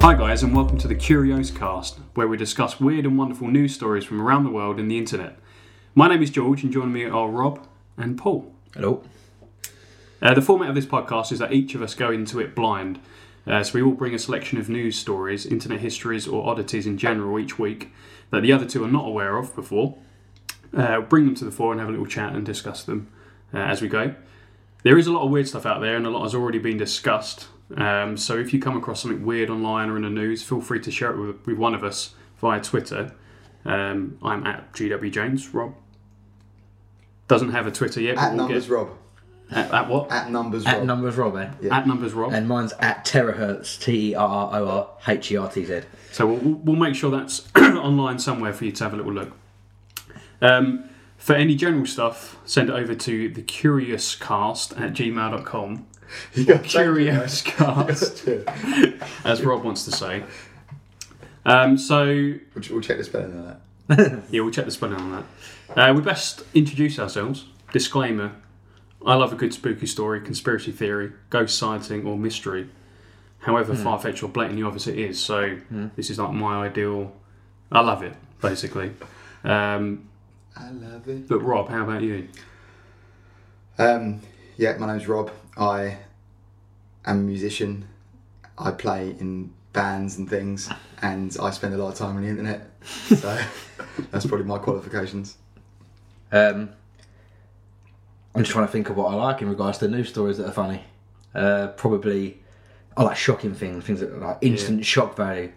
Hi, guys, and welcome to the Curios Cast, where we discuss weird and wonderful news stories from around the world and the internet. My name is George, and joining me are Rob and Paul. Hello. Uh, the format of this podcast is that each of us go into it blind. Uh, so we all bring a selection of news stories, internet histories, or oddities in general each week that the other two are not aware of before. Uh, bring them to the fore and have a little chat and discuss them uh, as we go. There is a lot of weird stuff out there, and a lot has already been discussed. Um, so if you come across something weird online or in the news, feel free to share it with, with one of us via Twitter. Um, I'm at GW James. Rob doesn't have a Twitter yet. but At we'll numbers get- Rob. at, at what? At numbers At Rob. numbers Rob, eh? At numbers Rob. And mine's at terahertz, T E R R O R H E R T Z. So we'll, we'll- we'll make sure that's online somewhere for you to have a little look. Um, for any general stuff, send it over to thecuriouscast at gmail.com. you got Curiouscast, as Rob wants to say. Um, so, We'll, we'll check this better than that. yeah, we'll check the spelling on that. Uh, we best introduce ourselves. Disclaimer I love a good spooky story, conspiracy theory, ghost sighting, or mystery, however far fetched or blatantly obvious it is. So, this is like my ideal. I love it, basically. Um, I love it. but, Rob, how about you? Um, yeah, my name's Rob. I am a musician. I play in bands and things, and I spend a lot of time on the internet. So that's probably my qualifications. Um, I'm just trying to think of what I like in regards to news stories that are funny. Uh, probably, I like shocking things, things that are like instant shock value.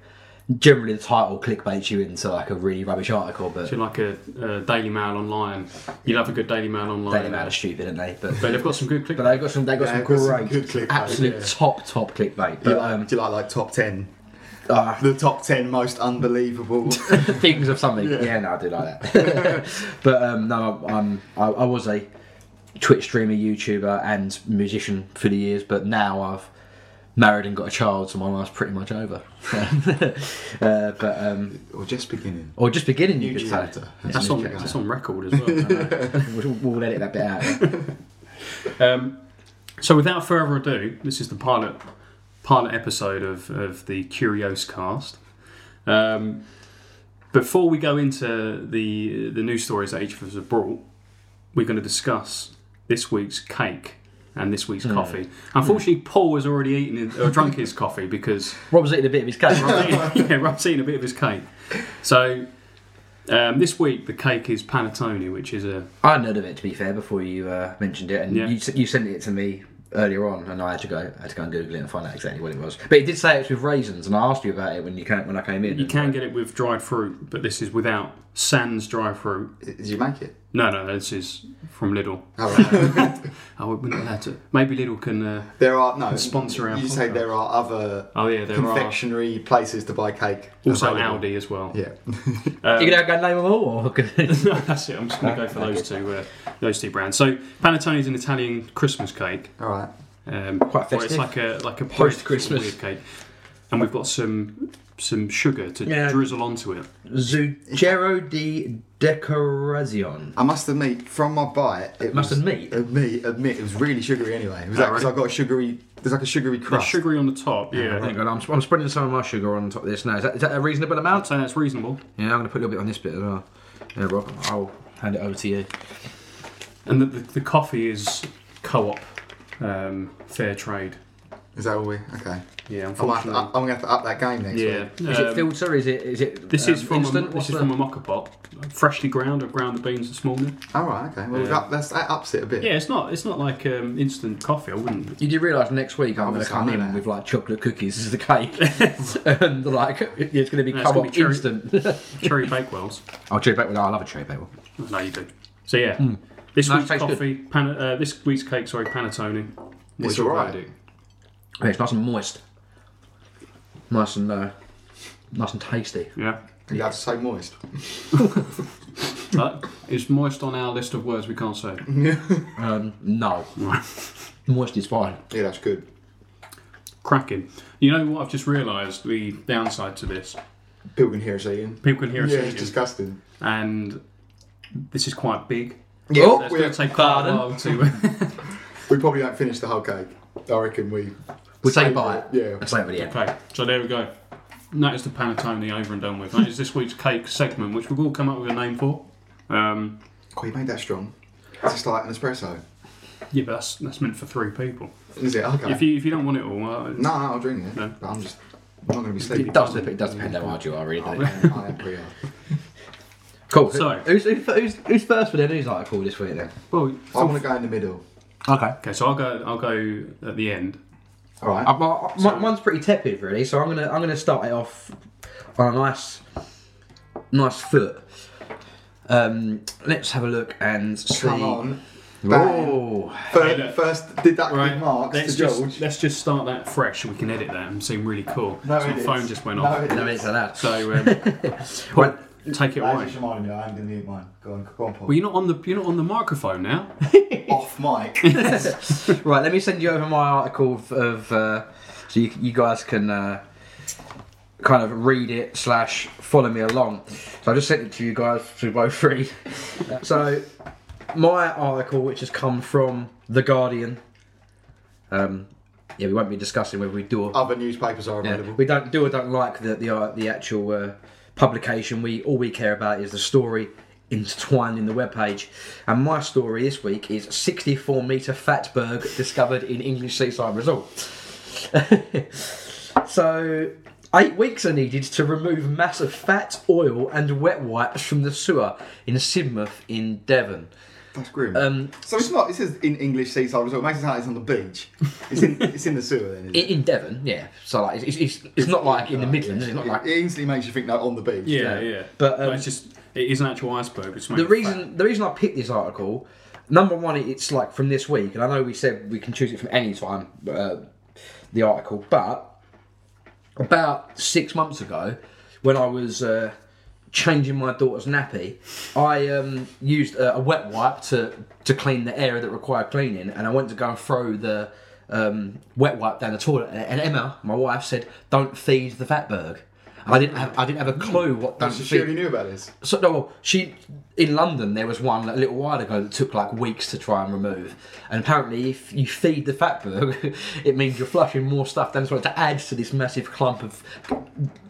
Generally, the title clickbaits you into like a really rubbish article, but So, like a, a Daily Mail online. You love a good Daily Mail online. they amount of stupid, didn't they? But But they've got some good click. but they got some they got some Yeah, they've got some great, good clickbait, absolute yeah. top top clickbait. Do you, But like, um, do you like like top ten? ah, The top ten most unbelievable. things of something. Yeah, no, I do like that. but um, no, I'm, I, I was a Twitch streamer, YouTuber, and musician for the years, but now I've married and got a child, so my life's pretty much over. uh, but um, or just beginning. or just beginning, you New could say. chapter. That's on, that's on record as well. I know. We'll, we'll edit that bit out. Um, so without further ado, this is the pilot pilot episode of, of the Curios cast. Um, before we go into the the news stories that each of us have brought, we're going to discuss this week's cake and this week's coffee. Unfortunately, Paul has already eaten his- or drunk his coffee because Rob's eating a bit of his cake. yeah, Rob's eating a bit of his cake. So um, this week the cake is panettone, which is a I heard of it to be fair before you uh, mentioned it, and Yeah. you you, you sent it to me earlier on, and I had to go I had to go and Google it and find out exactly what it was. But it did say it's with raisins, and I asked you about it when you came when I came in. You can get it with dried fruit, but this is without sans dry fruit. Did you make it? No, no, this is from Lidl. All right. Oh, we're not allowed to. Maybe Lidl can. Uh, There are no Sponsor our You say podcast. there are other oh yeah, there are confectionery places to buy cake. also available. Aldi as well. Yeah. you gonna go and name them all? Or That's it. I'm just going to go for those two. Uh, those two brands. So panettone is an Italian Christmas cake. All right. Um, Quite where It's like festive. a like a bread Post-Christmas. sort of weird cake, and we've got some some sugar to Yeah. drizzle onto it. Zugero di Decorazione. I must admit, from my bite, it Must was, admit? admit, admit, it was really sugary. Anyway, it was like 'cause I got a sugary. There's like a sugary The crust. sugary on the top. Yeah. Hang on, I'm, I'm spreading some of my sugar on top of this now. Is that, is that a reasonable amount? So that's reasonable. Yeah, I'm going to put a little bit on this bit as well. Yeah, Rob, I'll hand it over to you. And the, the, the coffee is co-op, um, fair trade. Is that all we? Okay. Yeah, I might have to, unfortunately. up- I'm gonna have to up that game next yeah. week. Is um, it filled, sir? Is it? Is it? This is um, from a, instant? this What's is the- from a mocker pot, freshly ground. I've ground the beans this morning. All right. Okay. Well, Yeah. That, that's, that ups it a bit. Yeah, it's not it's not like um, instant coffee. I wouldn't. You do realise next week I'm going to Obviously, come I know in that. with like chocolate cookies as the cake, and like it's going to be No, it's come gonna up be cherry- instant. Cherry Bakewells. I'll cherry bagel. I love a cherry bagel. No, you do. So yeah, Hmm. this No, week's tastes good. coffee, pan, uh, this week's cake, sorry, panettone. What's It's your alright. verdict? Yeah, it's nice and moist, nice and uh, nice and tasty. Yeah, You have to say moist. but it's moist on our list of words we can't say. Um, no, moist is fine. Yeah, that's good. Cracking. You know what? I've just realised the downside to this. People can hear us eating. People can hear us Oh, Yeah, eating, it's disgusting. and this is quite big. Yeah, Oh, That's we, going to take quite a pardon. while to. we probably don't finish the whole cake. I reckon we. We say Save bye. it, yeah. I say it at the end. okay, so there we go. noticed the panettone over and done with. That is this week's cake segment, which we've all come up with a name for. Um, Oh, you made that strong. It's just like an espresso. yeah, but that's, that's meant for three people. Is it? Okay. If you if you don't want it all, uh, no, no, I'll drink it. No. But I'm just. I'm not going to be It sleeping. does, dep- it does depend how hard you are, really. doesn't it? I am- I am pretty hard. Cool. So- who's, who's, who's, who's first for the news article this week then? well, I want to go in the middle. Okay. okay. So I'll go. I'll go at the end. All right. I, I, Uh, my- mine's pretty tepid, really. So I'm gonna I'm gonna start it off on a nice nice foot. Um, let's have a look and see. Come on. Bang. Whoa. Hey, First, look. first deductive Right, marks let's to George. just let's just start that fresh. We can edit that and seem really cool. No, so it my is. phone just went No, off. it No, is. it's like that. So um, Well, take it That away. just reminded me, I am going to mute mine. Go on, go on, Paul. Well, you're not on the you're not on the microphone now. Off mic. right, let me send you over my article of, of uh, so you, you guys can uh, kind of read it slash follow me along. So I just sent it to you guys to both read. so my article, which has come from the Guardian, um, yeah, we won't be discussing whether we do or Other newspapers are yeah, available. we don't do or don't like the the, uh, the actual uh, publication. We all we care about is the story intertwined in the webpage. And my story this week is 64 meter fatberg discovered in English seaside resort. so. Eight weeks are needed to remove mass of fat, oil, and wet wipes from the sewer in Sidmouth in Devon. That's grim. Um, so it's not. It says in English seaside resort. It makes it sound like it's on the beach. It's in. it's in the sewer then. Isn't i- it? in Devon, yeah. So like, it's, it's, it's not like in the Midlands. It's not It- like it instantly makes you think no on the beach. Yeah, yeah. But, um, it's just it is an actual iceberg. It's made the of reason fat. the reason I picked this article, number one, it's like from this week, and I know we said we can choose it from any time, uh, the article, but about six months ago, when I was uh, changing my daughter's nappy, I um, used a, a wet wipe to to clean the area that required cleaning, and I went to go and throw the um, wet wipe down the toilet, and, and Emma, my wife, said, "Don't feed the fatberg." And I didn't have I didn't have a clue what No, don't she feed- surely knew about this. so no, she in London there was one a little while ago that took like weeks to try and remove, and apparently if you feed the fatberg, it means you're flushing more stuff down. So to add to this massive clump of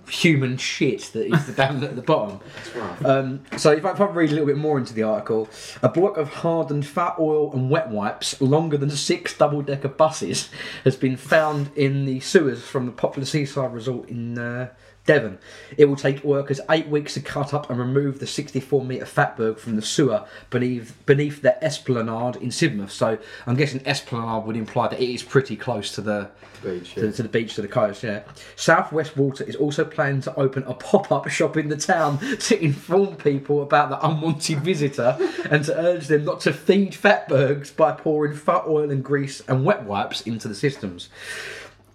human shit that is down at the bottom. Right. Um, so if I, if I read a little bit more into the article, a block of hardened fat oil and wet wipes longer than six double-decker buses has been found in the sewers from the popular seaside resort in uh, Devon. It will take workers eight weeks to cut up and remove the 64-metre fatberg from the sewer beneath beneath the esplanade in Sidmouth. So I'm guessing esplanade would imply that it is pretty close to the Beach, to, yeah. to the beach, to the coast, yeah. Southwest Water is also planning to open a pop up shop in the town to inform people about the unwanted visitor and to urge them not to feed fatbergs by pouring fat oil and grease and wet wipes into the systems.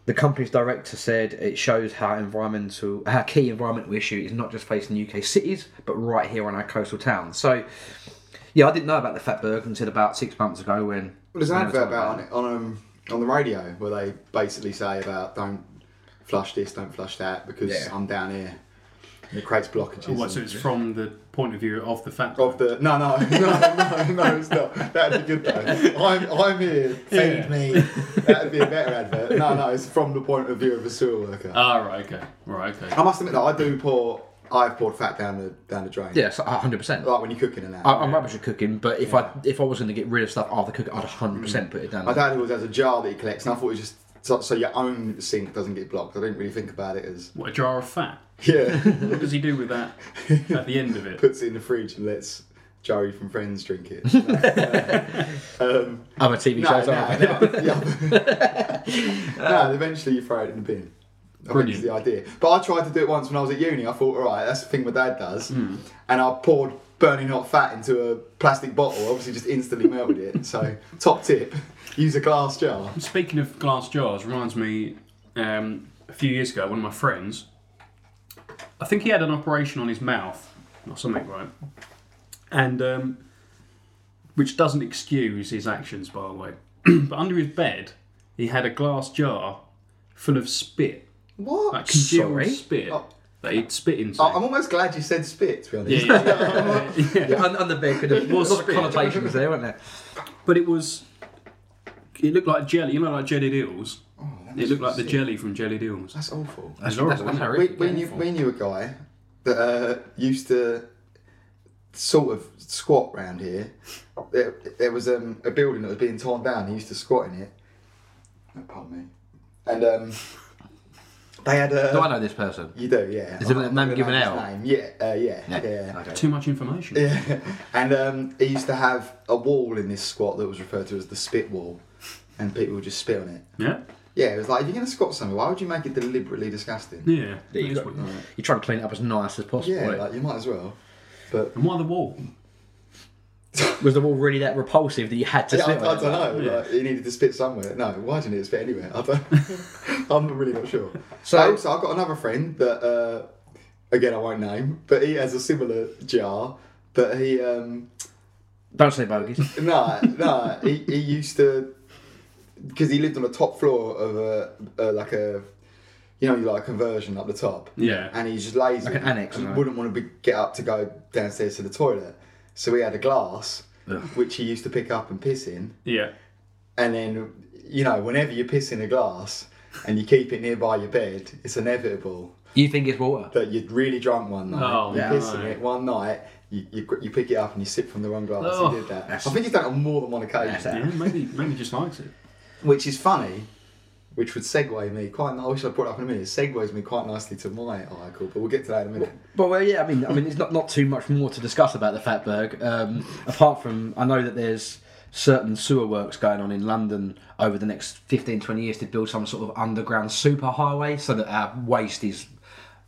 The company's director said it shows how environmental, how key environmental issue is not just facing UK cities, but right here on our coastal towns. So, yeah, I didn't know about the fatberg until about six months ago when. Well, there's an when I was talking advert about on it on um, on the radio where they basically say about don't flush this, don't flush that because Yeah. I'm down here. And it creates blockages. Oh, what, so and- it's from the point of view of the fat. of the no no no no no it's not that'd be good though I'm, I'm here feed Yeah. me that'd be a better advert no no it's from the point of view of a sewer worker Ah, right. Okay. Right. Okay. I must admit that I do pour I've poured fat down the down the drain Yeah, so 100%. like when you're cooking and that Uh, I, I'm rubbish at cooking, but if I if I was going to get rid of stuff after cooking, I'd 100 percent put it down. my dad always has a jar that he collects and I thought it was just so, so your own sink doesn't get blocked I didn't really think about it as What a jar of fat. yeah What does he do with that at the end of it? puts it in the fridge and lets Joey from Friends drink it um, Other TV no, shows, no, aren't they? no, yeah. no, eventually you throw it in the bin. I think it's Um, Brilliant. the idea. But I tried to do it once when I was at uni. I thought, all right, that's the thing my dad does. Hmm. And I poured burning hot fat into a plastic bottle. Obviously, just instantly melted it. So, top tip: use a glass jar. Speaking of glass jars, reminds me um, a few years ago, one of my friends, I think he had an operation on his mouth or something, right? And um, which doesn't excuse his actions, by the way. but under his bed, he had a glass jar full of spit, What? like congealed Sorry? spit Oh. that he'd spit into. I- I'm almost glad you said spit. To be honest, Yeah, yeah, yeah, yeah. Yeah, on, on the bed, could have was lots of spit. connotations there, weren't there? But it was. It looked like jelly. You know, like jellied eels. Oh, It looked like the jelly from Jelly Deals. That's awful. That's horrible. horrible, isn't it? We, Horrific, we, yeah. knew, we knew a guy that uh, used to sort of squat round here. There, there was um, a building that was being torn down. He used to squat in it. Oh, pardon me. And um, they had a. Do I know this person? You do, yeah. Is it I name remember given his out? Name. Yeah, uh, yeah, yeah. yeah. Okay. Too much information. and um, he used to have a wall in this squat that was referred to as the spit wall, and people would just spit on it. Yeah. Yeah, it was like if you're going to squat something, why would you make it deliberately disgusting? Yeah. There you That's go. what- You try to clean it up as nice as possible. Yeah, right? like you might as well. But And why the wall? was the wall really that repulsive that you had to Yeah, I, sit I on it? don't know. Yeah. Like, he needed to spit somewhere. No, why didn't he spit anywhere? I don't. I'm really not sure. So- So also, I've got another friend that, uh, again, I won't name, but he has a similar jar. But he, um, Don't say bogies. no, no, he, he used to because he lived on the top floor of a, a like a, you know, you like a conversion up the top. Yeah. and he's just lazy. Like an annex, and right? wouldn't want to be, get up to go downstairs to the toilet. So he had a glass, Ugh. which he used to pick up and piss in. Yeah. And then, you know, whenever you piss in a glass and you keep it nearby your bed, it's inevitable You think it's water? that you're really drunk one night. Oh, you yeah. piss in no. it one night, you, you, gr- you pick it up and you sip from the wrong glass. Oh. he did that. I think he's done it on more than one occasion, Yeah. Maybe maybe just likes it. which is funny. Which would segue me quite. I wish I brought it up in a minute. It segues me quite nicely to my article, but we'll get to that in a minute. But well, yeah, I mean, I mean, it's not, not too much more to discuss about the Fatberg. Um, apart from, I know that there's certain sewer works going on in London over the next 15, 20 years to build some sort of underground superhighway so that our waste is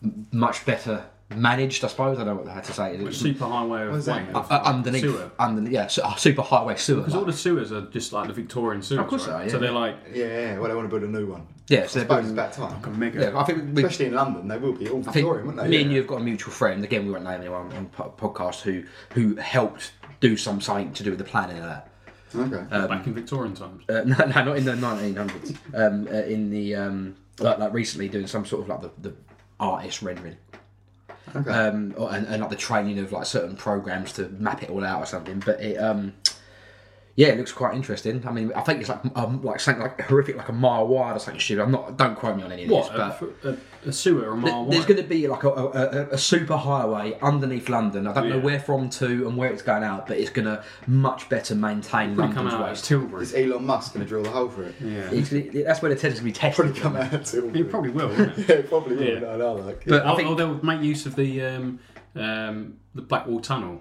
m- much better managed. I suppose I don't know what I had to say. It is Super highway of is that? Wales. uh, uh, underneath, Sewer. underneath, yeah, su- uh, superhighway sewer. Because all like. the sewers are just like the Victorian sewers. Of right? course they are, yeah. So they're like Yeah, yeah, well, they want to build a new one. Yeah, so they're I suppose it's building- about time. a mega. yeah, I think we, we Especially in London, they will be all I think Victorian, won't they? me and you have got a mutual friend. Again, we won't name anyone on po- podcast who who helped do some something to do with the planning of that. Okay. um, Back in Victorian times. Uh, no, no, not in the 1900s. Um, uh, in the um, like, like recently doing some sort of like the, the artist rendering. Okay. Um, or, and, and like the training of like certain programs to map it all out or something. But it um, yeah, it looks quite interesting. I mean, I think it's like um, like something like horrific, like a mile wide or something. Shit, I'm not. Don't quote me on any of What? this. But A, a, a sewer a mile there's wide? going to be like a, a, a, a super highway underneath London. I don't know Yeah. where from to and where it's going out, but it's going to much better maintain Probably come London's out as waste. Tilbury. Is Elon Musk going to drill a hole for it? Yeah. It's- it- That's where the tenders going to be tested. Probably come out too. It probably will. won't it? Yeah, it probably will. Yeah. No, no, like. But I Or, think or they'll make use of the um, um, the Blackwall Tunnel,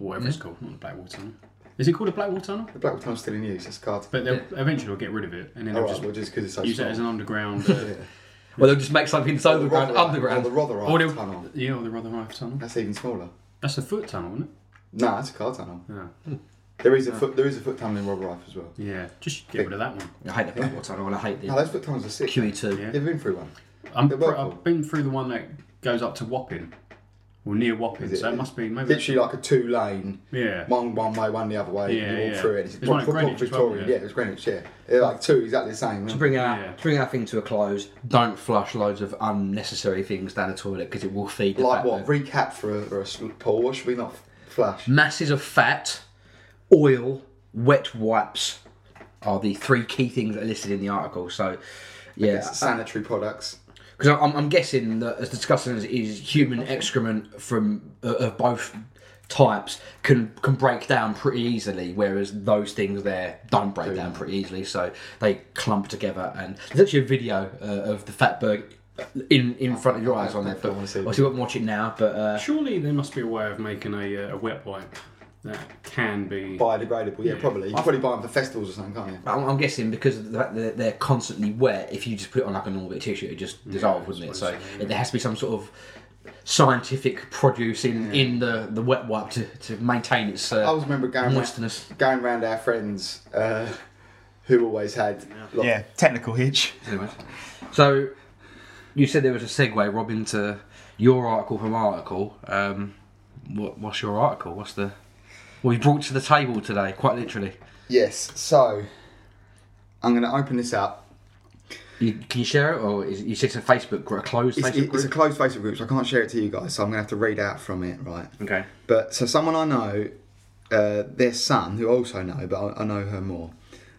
or whatever it's called. Not the Blackwall Tunnel. Is it called a Blackwall Tunnel? the Black Tunnel's still in use. It's card. But they'll eventually they'll get rid of it, and then All they'll right, just well, just because it's so use it small. as an underground. Uh, Well, they'll just make something that's The overground, Rotherhithe- underground. or the or Rotherhithe they'll, Tunnel. yeah, or the Rotherhithe Tunnel. That's even smaller. That's a foot tunnel, isn't No, that's a car tunnel. it? Yeah. There is a foot. There is a foot tunnel in Rotherhithe as well. Yeah. Just get rid of that one. I hate the Blackwater Tunnel and I hate E the No, those foot tunnels are sick. QE2. Yeah. You ever been through one? I'm They're pr- local. I've been through the one that goes up to Wapping, or near Wapping. it- So it must be maybe. Literally like a two-lane. Yeah. One one way, one the other way. Yeah, and you walk yeah. through it. It's, There's one at proper Greenwich as well, Victorian. yeah. yeah, it's Greenwich. Yeah, they're like two exactly the same. To bring our Yeah. to bring our thing to a close, don't flush loads of unnecessary things down the toilet because it will feed the Like fat what? bird. Recap for a, for a sl- Paul? What should we not flash? Masses of fat, oil, wet wipes are the three key things that are listed in the article. So, yeah, It's sanitary products. because I'm, I'm guessing that as discussing as it is human excrement from uh, of both types can can break down pretty easily, whereas those things there don't break down pretty easily, so they clump together. And there's actually a video uh, of the fatberg in in front of your eyes on there. But I wanna see it. obviously, won't watch it now. But uh, Surely there must be a way of making a, uh, a wet wipe that can be. Biodegradable, yeah, probably. You can probably buy them for festivals or something, can't you? I'm, I'm guessing because of the fact that they're constantly wet, if you just put it on like a normal bit of tissue, it just dissolves, wouldn't it? So it, there has to be some sort of scientific produce in, in the, the wet wipe to, to maintain its uh, I always remember going round, moistness. going round our friends uh, who always had like, Yeah, technical hitch. Anyway, so you said there was a segue, Robin, to your article from article. Um, what, what's your article? What's the what you brought to the table today? Quite literally. Yes, so I'm going to open this up. You, can you share it, or is, you said it's a Facebook group, a closed It's, Facebook it's a group? closed Facebook group, so I can't share it to you guys, so I'm going to have to read out from it, right? okay. But so someone I know, uh, their son, who I also know, but I, I know her more.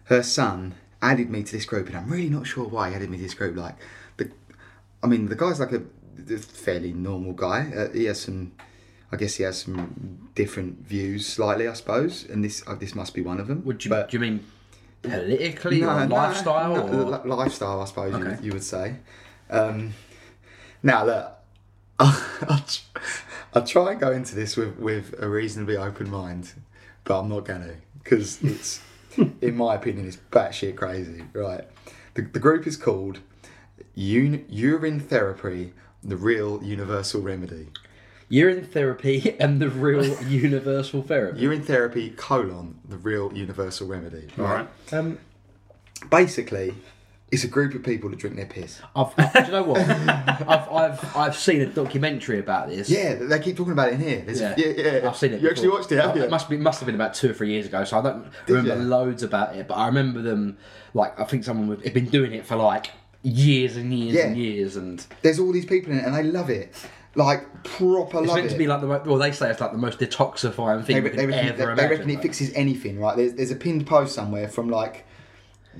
Her son added me to this group, and I'm really not sure why he added me to this group. Like, the, I mean, the guy's like a, a fairly normal guy. Uh, he has some, I guess he has some different views slightly, I suppose, and this uh, this must be one of them. Would you, But- do you mean politically or lifestyle? no, or? li- lifestyle, I suppose you, Okay. would- you would say. Um, now look, I, tr- I try and go into this with, with a reasonably open mind, but I'm not going to because it's, in my opinion, it's batshit crazy. Right, the, the group is called Un- Urine Therapy: The Real Universal Remedy. Urine therapy and the real universal therapy. Urine Therapy: colon The Real Universal Remedy. All right. Um, Basically, it's a group of people that drink their piss. I've, I, do you know what? I've, I've, I've seen a documentary about this. Yeah, they keep talking about it in here. There's- Yeah. yeah. yeah, I've seen it. before. You Uh, actually watched it, have you? It must be must have been about two or three years ago, so I don't remember ya? loads about it. But I remember them like I think someone had been doing it for like years and years Yeah. and years, and it's There's all these people in it, and they love it. Like proper love meant it. to be like the mo- well they say it's like the most detoxifying thing they, you re- could they reckon, ever they- they imagine. reckon it like. fixes anything, right? There's, there's a pinned post somewhere from like,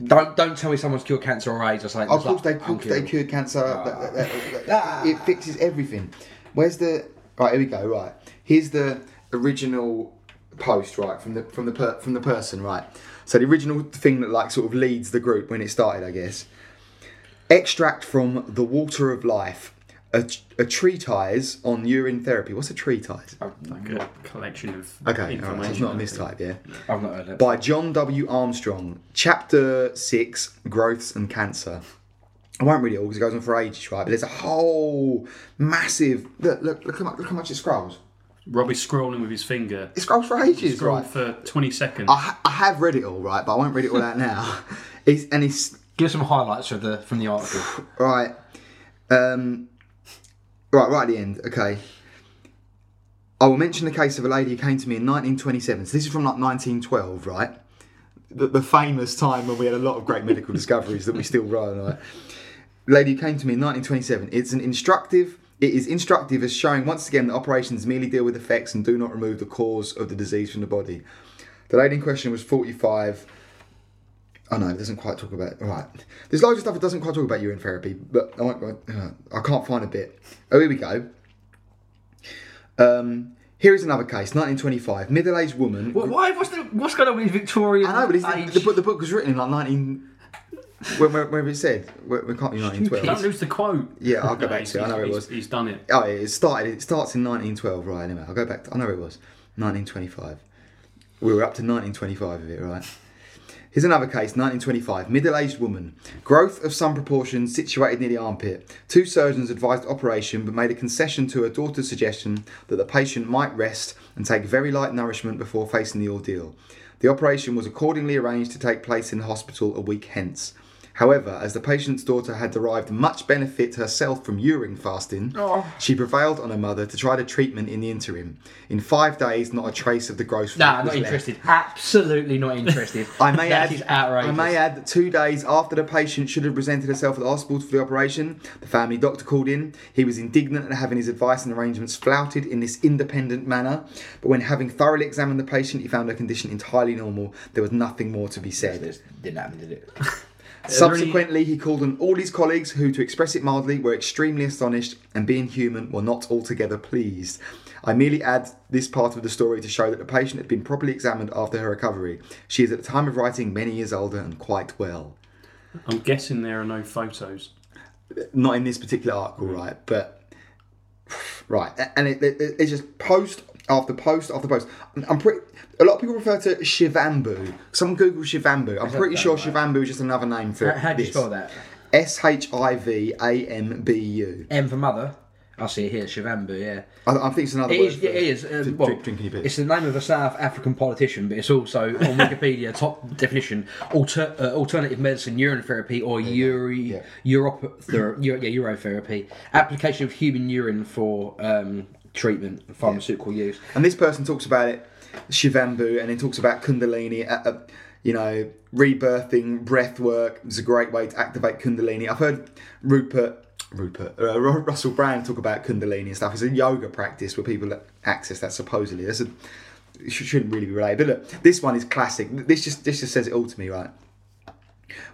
Don't don't tell me someone's cured cancer or AIDS or something. oh, of It's course they, like, of course they uncurable. cured cancer. that- that- that- that- It fixes everything. Where's the right? Here we go. Right, here's the original post, right from the from the per, from the person, right. So the original thing that like sort of leads the group when it started, I guess. Extract from the water of life, a, a treatise on urine therapy. What's a treatise? Oh, Like a collection of Okay, all right, so it's information. not a mistype, yeah. I've not heard it. By John W. Armstrong, Chapter 6 Growths and Cancer. I won't read it all because it goes on for ages, right? But there's a whole massive. Look, look, look, how, much, look how much it scrolls. Robbie's scrolling with his finger. It scrolls for ages, Scroll right? Ah, for 20 seconds. I, ha- I have read it all, right? But I won't read it all out now. It's, and it's Give some highlights of the from the article. Right. Um, right, right at the end. Okay. I will mention the case of a lady who came to me in 1927. So this is from like 1912, right? The, the famous time when we had a lot of great medical discoveries that we still run. Right? Lady who came to me in 1927. It's an instructive. It is instructive as showing once again that operations merely deal with effects and do not remove the cause of the disease from the body. The lady in question was 45 Oh no, it doesn't quite talk about. Right, there's loads of stuff that doesn't quite talk about urine therapy, but I, won't, go- uh, I can't find a bit. Oh, here we go. Um, here is another case, 1925, middle-aged woman. Wh- Why? What's the, what's going on with Victorian? I know, but it's, age? the, book, the book was written in like 19. Where, where, where it said, where, we can't be 1912. Don't lose the quote. Yeah, I'll go No, back he's- to it. I know it he's- was. He's done it. Oh, it started. It starts in 1912, right? Anyway, I'll go back. To, I know it was 1925. We were up to 1925 of it, right? Here's another case, 1925. Middle-aged woman, growth of some proportion, situated near the armpit. Two surgeons advised operation, but made a concession to her daughter's suggestion that the patient might rest and take very light nourishment before facing the ordeal. The operation was accordingly arranged to take place in the hospital a week hence. However, as the patient's daughter had derived much benefit herself from urine fasting, Oh, she prevailed on her mother to try the treatment in the interim. In five days, not a trace of the growth. Nah, not was left. interested. Absolutely not interested. I may That add, is outrageous. I may add that two days after the patient should have presented herself at the hospital for the operation, the family doctor called in. He was indignant at having his advice and arrangements flouted in this independent manner. But when having thoroughly examined the patient, he found her condition entirely normal. There was nothing more to be said. This didn't happen, did it? Subsequently, he called on all his colleagues, who, to express it mildly, were extremely astonished and, being human, were not altogether pleased. I merely add this part of the story to show that the patient had been properly examined after her recovery. She is at the time of writing many years older and quite well. I'm guessing there are no photos. Not in this particular article, Mm. right? But right, a- and it, it- it's just post after post after post. I'm- I'm pretty. A lot of people refer to Shivambu. Some Google Shivambu. I'm pretty sure Shivambu is just another name for How, how do you this. spell that? S H I V A M B U. M for mother. I see it here, Shivambu. Yeah, I I think it's another it word. is. for yeah, It is. dri- Um, well, uh, drink- drinking your beer. it's the name of a South African politician, but it's also on Wikipedia top definition: alter, uh, alternative medicine, urine therapy, or uri, Yeah. Europ, ther, eu- yeah, urotherapy, application of human urine for um, treatment, and pharmaceutical use. And this person talks about it, Shivambu, and he talks about Kundalini. Uh, uh, you know, rebirthing, breath work is a great way to activate Kundalini. I've heard Rupert, Rupert, uh, Ru- Russell Brand talk about Kundalini and stuff. It's a yoga practice where people access that supposedly. That's a it sh- shouldn't really be related. But look, this one is classic. This just this just says it all to me, right?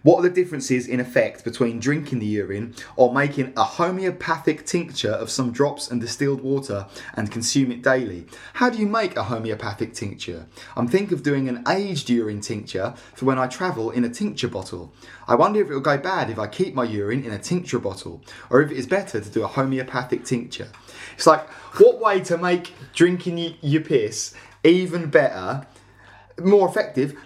What are the differences in effect between drinking the urine or making a homeopathic tincture of some drops and distilled water and consume it daily? How do you make a homeopathic tincture? I'm thinking of doing an aged urine tincture for when I travel in a tincture bottle. I wonder if it'll go bad if I keep my urine in a tincture bottle or if it is better to do a homeopathic tincture. It's like, what way to make drinking y- your piss even better, more effective?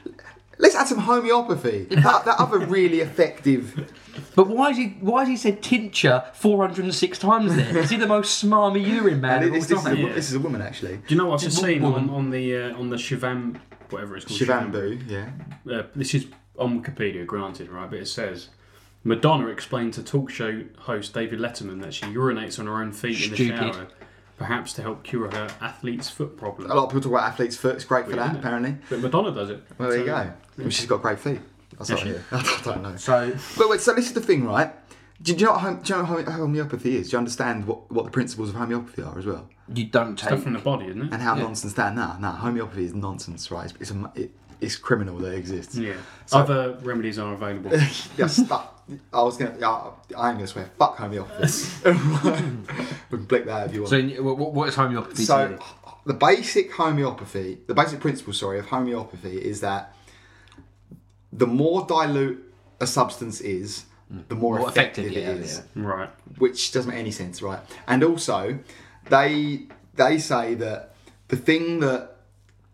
Let's add some homeopathy. That, that other really effective. But why is he? Why has he said tincture four hundred and six times? Then is he the most smarmy urine man of all This, this is a, time? this is a woman actually. Do you know what I've just Just seen one on, on the uh, on the Shivam, whatever it's called? Shivambu, yeah. uh, this is on Wikipedia, granted, right? But it says Madonna explained to talk show host David Letterman that she urinates on her own feet in the Stupid. shower, perhaps to help cure her athlete's foot problem. A lot of people talk about athlete's foot. It's great for Weird, that, isn't it? apparently. But Madonna does it. Well, there you So- go. Well, she's got great feet. That's what I hear. I don't know. So But wait, so this is the thing, right? Do you know what, home, do you know what home- homeopathy is? Do you understand what, what the principles of homeopathy are as well? you don't take. Stuff from the body, isn't it? And how nonsense that? Nah, nah. Homeopathy is nonsense, right? It's, it's, a, it, it's criminal that it exists. Yeah. Other remedies are available. Yeah, stop. I was gonna. Yeah, I am gonna swear. Fuck homeopathy. we can blip that out if you want. So what, what is homeopathy? to So you? the basic homeopathy, the basic principle, sorry, of homeopathy is that the more dilute a substance is, the more, Mm. More effective, effective, it yeah, is, right. which doesn't make any sense, right? And also, they they say that the thing that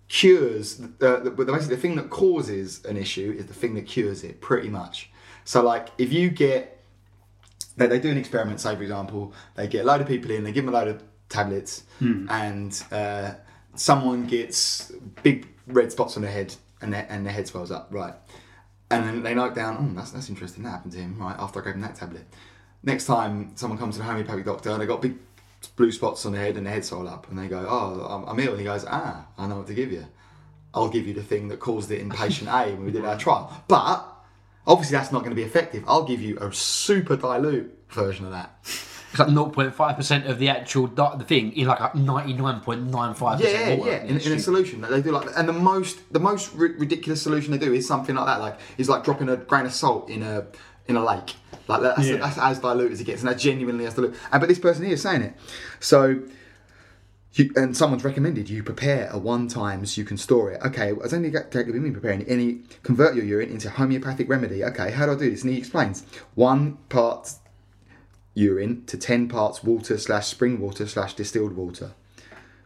cures, uh, the, the, basically the thing that causes an issue is the thing that cures it, pretty much. So like, if you get they, they do an experiment, say, for example, they get a load of people in, they give them a load of tablets, and uh, someone gets big red spots on their head and their, and their head swells up, right? And then they note down, oh, that's, that's interesting, that happened to him, right, after I gave him that tablet. Next time someone comes to the homeopathic doctor and they've got big blue spots on their head and their head swell up, and they go, oh, I'm- I'm ill. And he goes, ah, I know what to give you. I'll give you the thing that caused it in patient A when we did our trial. But obviously, that's not going to be effective. I'll give you a super dilute version of that. It's like 0.5% of the actual di- the thing in like a 99.95% Yeah, yeah, water. yeah. In, in a Stupid. solution that they do like, that. and the most the most ri- ridiculous solution they do is something like that. Like is like dropping a grain of salt in a in a lake. Like that's, Yeah. that's as dilute as it gets, and that's genuinely as dilute. And but this person here is saying it, so. You, and someone's recommended you prepare a one time so you can store it. Okay, well, it's only got to be me preparing any convert your urine into homeopathic remedy. Okay, how do I do this? And he explains one part urine to 10 parts water slash spring water slash distilled water.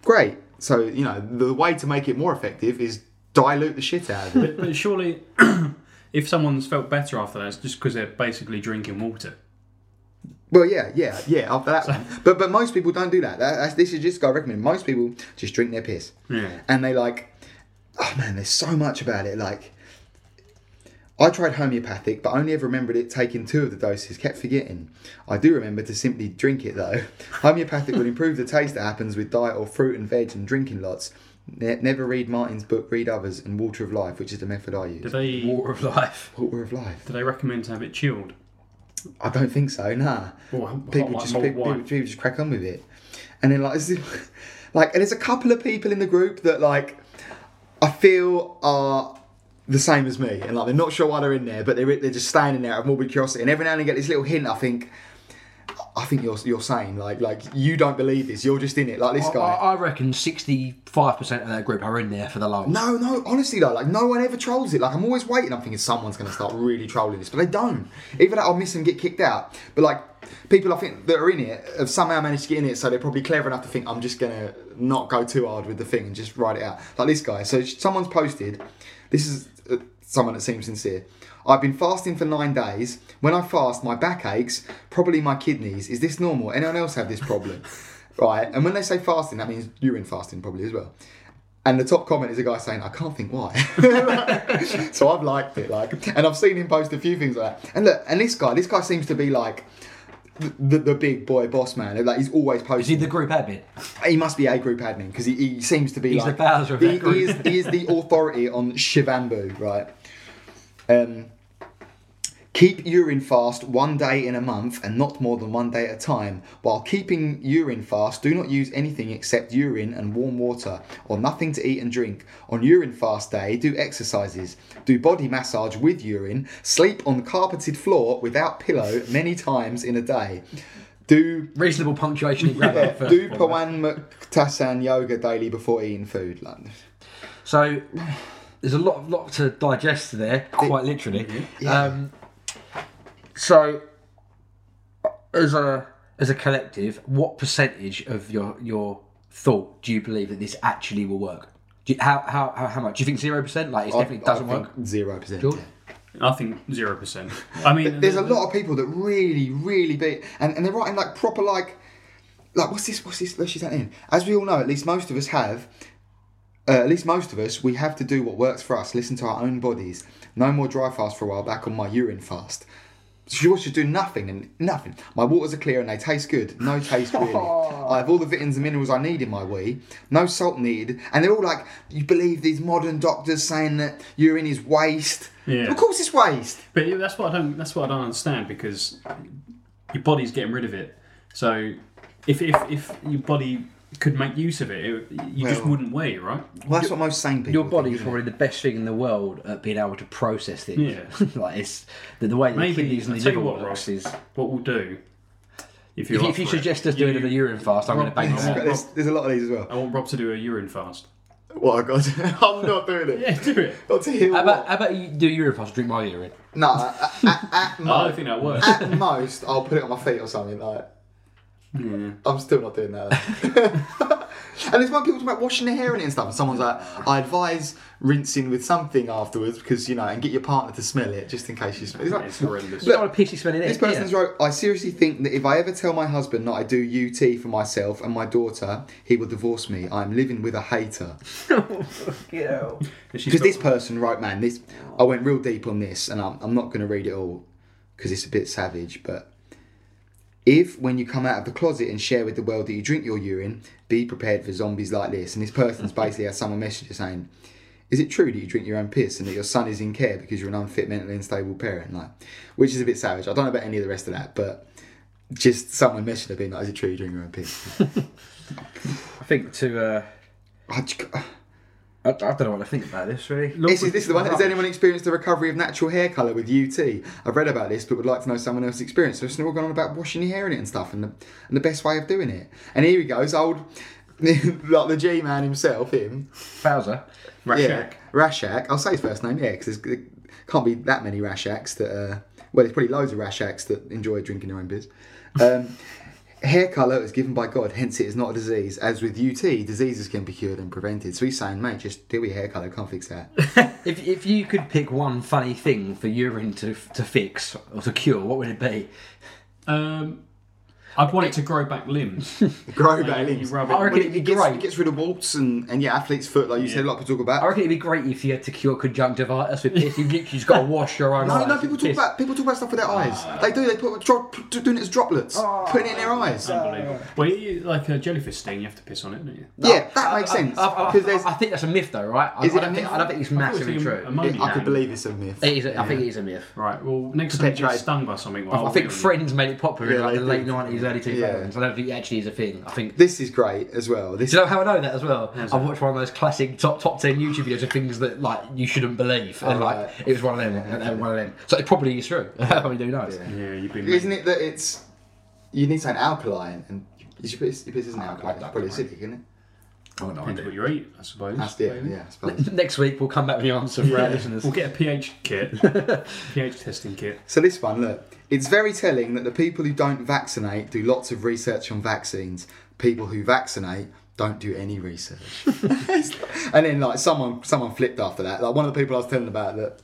Great. So, you know, the way to make it more effective is dilute the shit out of it. But, but surely, if someone's felt better after that, it's just because they're basically drinking water. well, yeah, yeah, yeah, after that one. But, but most people don't do that. that that's, this is just, I recommend, most people just drink their piss. Yeah. And they like, oh man, there's so much about it. Like, I tried homeopathic, but only ever remembered it taking two of the doses, kept forgetting. I do remember to simply drink it though. Homeopathic will improve the taste that happens with diet or fruit and veg and drinking lots. Ne- never read Martin's book, read others, and Water of Life, which is the method I Do use. they do Water of life. Water of Life? they recommend to have it chilled? I don't think so, nah. Or hot, people like just malt people, wine? people, people just crack on with it and then like this is- like and there's a couple of people in the group that like i feel are the same as me and like they're not sure why they're in there but they're, they're just standing there out of morbid curiosity and every now and then get this little hint i think i think you're you're saying like like you don't believe this you're just in it like this I, guy I I reckon 65% of that group are in there for the lulz. no, no, honestly though, like no one ever trolls it. Like I'm always waiting, I'm thinking someone's gonna start really trolling this, but they don't. Even I'll miss and get kicked out. But like people I think that are in it have somehow managed to get in it, so they're probably clever enough to think I'm just gonna not go too hard with the thing and just write it out. Like this guy. So someone's posted, this is uh, someone that seems sincere. I've been fasting for nine days. When I fast, my back aches, probably my kidneys. Is this normal? Anyone else have this problem? right. And when they say fasting, that means urine fasting probably as well. And the top comment is a guy saying, I can't think why. so I've liked it, like, and I've seen him post a few things like that. And look, and this guy, this guy seems to be like the, the, the big boy boss man. Like he's always Is he posting. the group admin? He must be a group admin because he, he seems to be He's like the founder of he, that group. He is, he is the authority on Shivambu, right? Um, Keep urine fast one day in a month and not more than one day at a time. While keeping urine fast, do not use anything except urine and warm water, or nothing to eat and drink. On urine fast day, do exercises. Do body massage with urine. Sleep on carpeted floor without pillow many times in a day. Do Reasonable punctuation in grammar. yeah, first do of all. Pawan Muktasan yoga daily before eating food. Like, So there's a lot, lot to digest there, quite literally. Mm-hmm. Um, so as a as a collective, what percentage of your your thought do you believe that this actually will work? Do you, how, how how how much? Do you think zero percent? Like it definitely doesn't work. Zero percent. George? I think zero percent. I mean, There's a lot of people that really, really beat, and, and they're writing like proper like, like what's this? What's this? She's that in. As we all know, at least most of us have. Uh, at least most of us, we have to do what works for us. Listen to our own bodies. No more dry fast for a while. Back on my urine fast. So you should do nothing and nothing. My waters are clear and they taste good. No taste really. I have all the vitamins and minerals I need in my wee. No salt needed. And they're all like, you believe these modern doctors saying that urine is waste? Yeah. Of course it's waste. But yeah, that's what I don't. That's what I don't understand because your body's getting rid of it. So if if, if your body could make use of it, it you just Well- wouldn't weigh, right? Well, that's what most sane people. Your think, body is isn't it? probably the best thing in the world at being able to process things. Yeah. like it's the, the way that the Maybe- kidneys and the I'll tell liver you what, Ross. works is. What we'll do if you If, you- if you suggest us doing a urine fast, I'm going Rob, to bang please. you out. Yeah. There's, there's a lot of these as well. I want Rob to do a urine fast. Oh, What God, I'm not doing it. Yeah, do it. Not to heal. How about, what? how about you do urine fast, drink my urine? Nah, at, at, at, mo- I don't think that works. at most, I'll put it on my feet or something. Like, I'm still not doing that. and there's one people talk about washing their hair in it and stuff. And someone's like, I advise rinsing with something afterwards because you know, and get your partner to smell it just in case you smell. It's like, It's horrendous. You don't want a pissy smelling This it. person's wrote, I seriously think that if I ever tell my husband that I do UT for myself and my daughter, he will divorce me. I'm living with a hater. She's Because got- this person wrote, man, this I went real deep on this, and I'm, I'm not going to read it all because it's a bit savage. But if when you come out of the closet and share with the world that you drink your urine, be prepared for zombies like this. And this person's basically had someone message her saying, "Is it true that you drink your own piss and that your son is in care because you're an unfit, mentally unstable parent?" Like, which is a bit savage. I don't know about any of the rest of that, but just someone messaged her being like, "Is it true you drink your own piss?" I think to. Uh, I just- I, I don't know what to think about this really. This is, this is the one. Has anyone experienced the recovery of natural hair colour with UT? I've read about this, but would like to know someone else's experience. So it's all gone on about washing your hair in it and stuff, and the, and the best way of doing it. And here he goes, old like the G man himself, him. Bowser. Rashak. Yeah, Rashak. I'll say his first name, yeah, because there can't be that many Rashaks that. Uh, well, there's probably loads of Rashaks that enjoy drinking their own beers. Um, hair colour is given by God, hence it is not a disease. As with UT, diseases can be cured and prevented. So he's saying, mate, just deal with your hair colour, can't fix that. If, if you could pick one funny thing for urine to to fix or to cure, what would it be? Um, I'd want it to grow back limbs. Grow Like, back you limbs. rub I it. reckon Well, it'd it, be it gets, great. it gets rid of warts and, and yeah, athlete's foot, like you said, a lot of people talk about. I reckon it'd be great if you had to cure conjunctivitis with piss. You literally just got to wash your own no, eyes no, with people talk piss. about people talk about stuff with their eyes. They do. They put drop, doing it as droplets, Ah. putting it in their eyes. Unbelievable. Well, you, like a jellyfish sting, you have to piss on it, don't you? yeah, that makes I- sense. I, I- Because there's, I think that's a myth, though, right? I, Is it I don't a think, myth? I don't think it's thought it was massively a- true. a mummy I could hand. believe it's a myth. It is. A, I think it is a myth. Right. Well, next time you get Perpetuate. stung by something, I think Friends made it popular in Yeah, like they the late did. nineties, early two Yeah. thousands. I don't think it actually is a thing. I think. This is great as well. This Do you know how I know that as well? How's I that? watched one of those classic top top ten YouTube videos of things that like you shouldn't believe, and Oh, like right. it was one of them, and then one of them. So it probably is true. How we do know? Yeah, you've been. isn't it that it's you need something alkaline and you should put your piss isn't alkaline. It's probably acidic, isn't it? Oh no. Depends what you eat, I suppose. That's it. maybe. Yeah, I suppose. Next week we'll come back with the answer for our listeners. We'll get a pH kit, pH testing kit. So this one, look, it's very telling that the people who don't vaccinate do lots of research on vaccines. People who vaccinate don't do any research. and then like someone someone flipped after that. Like one of the people I was telling about that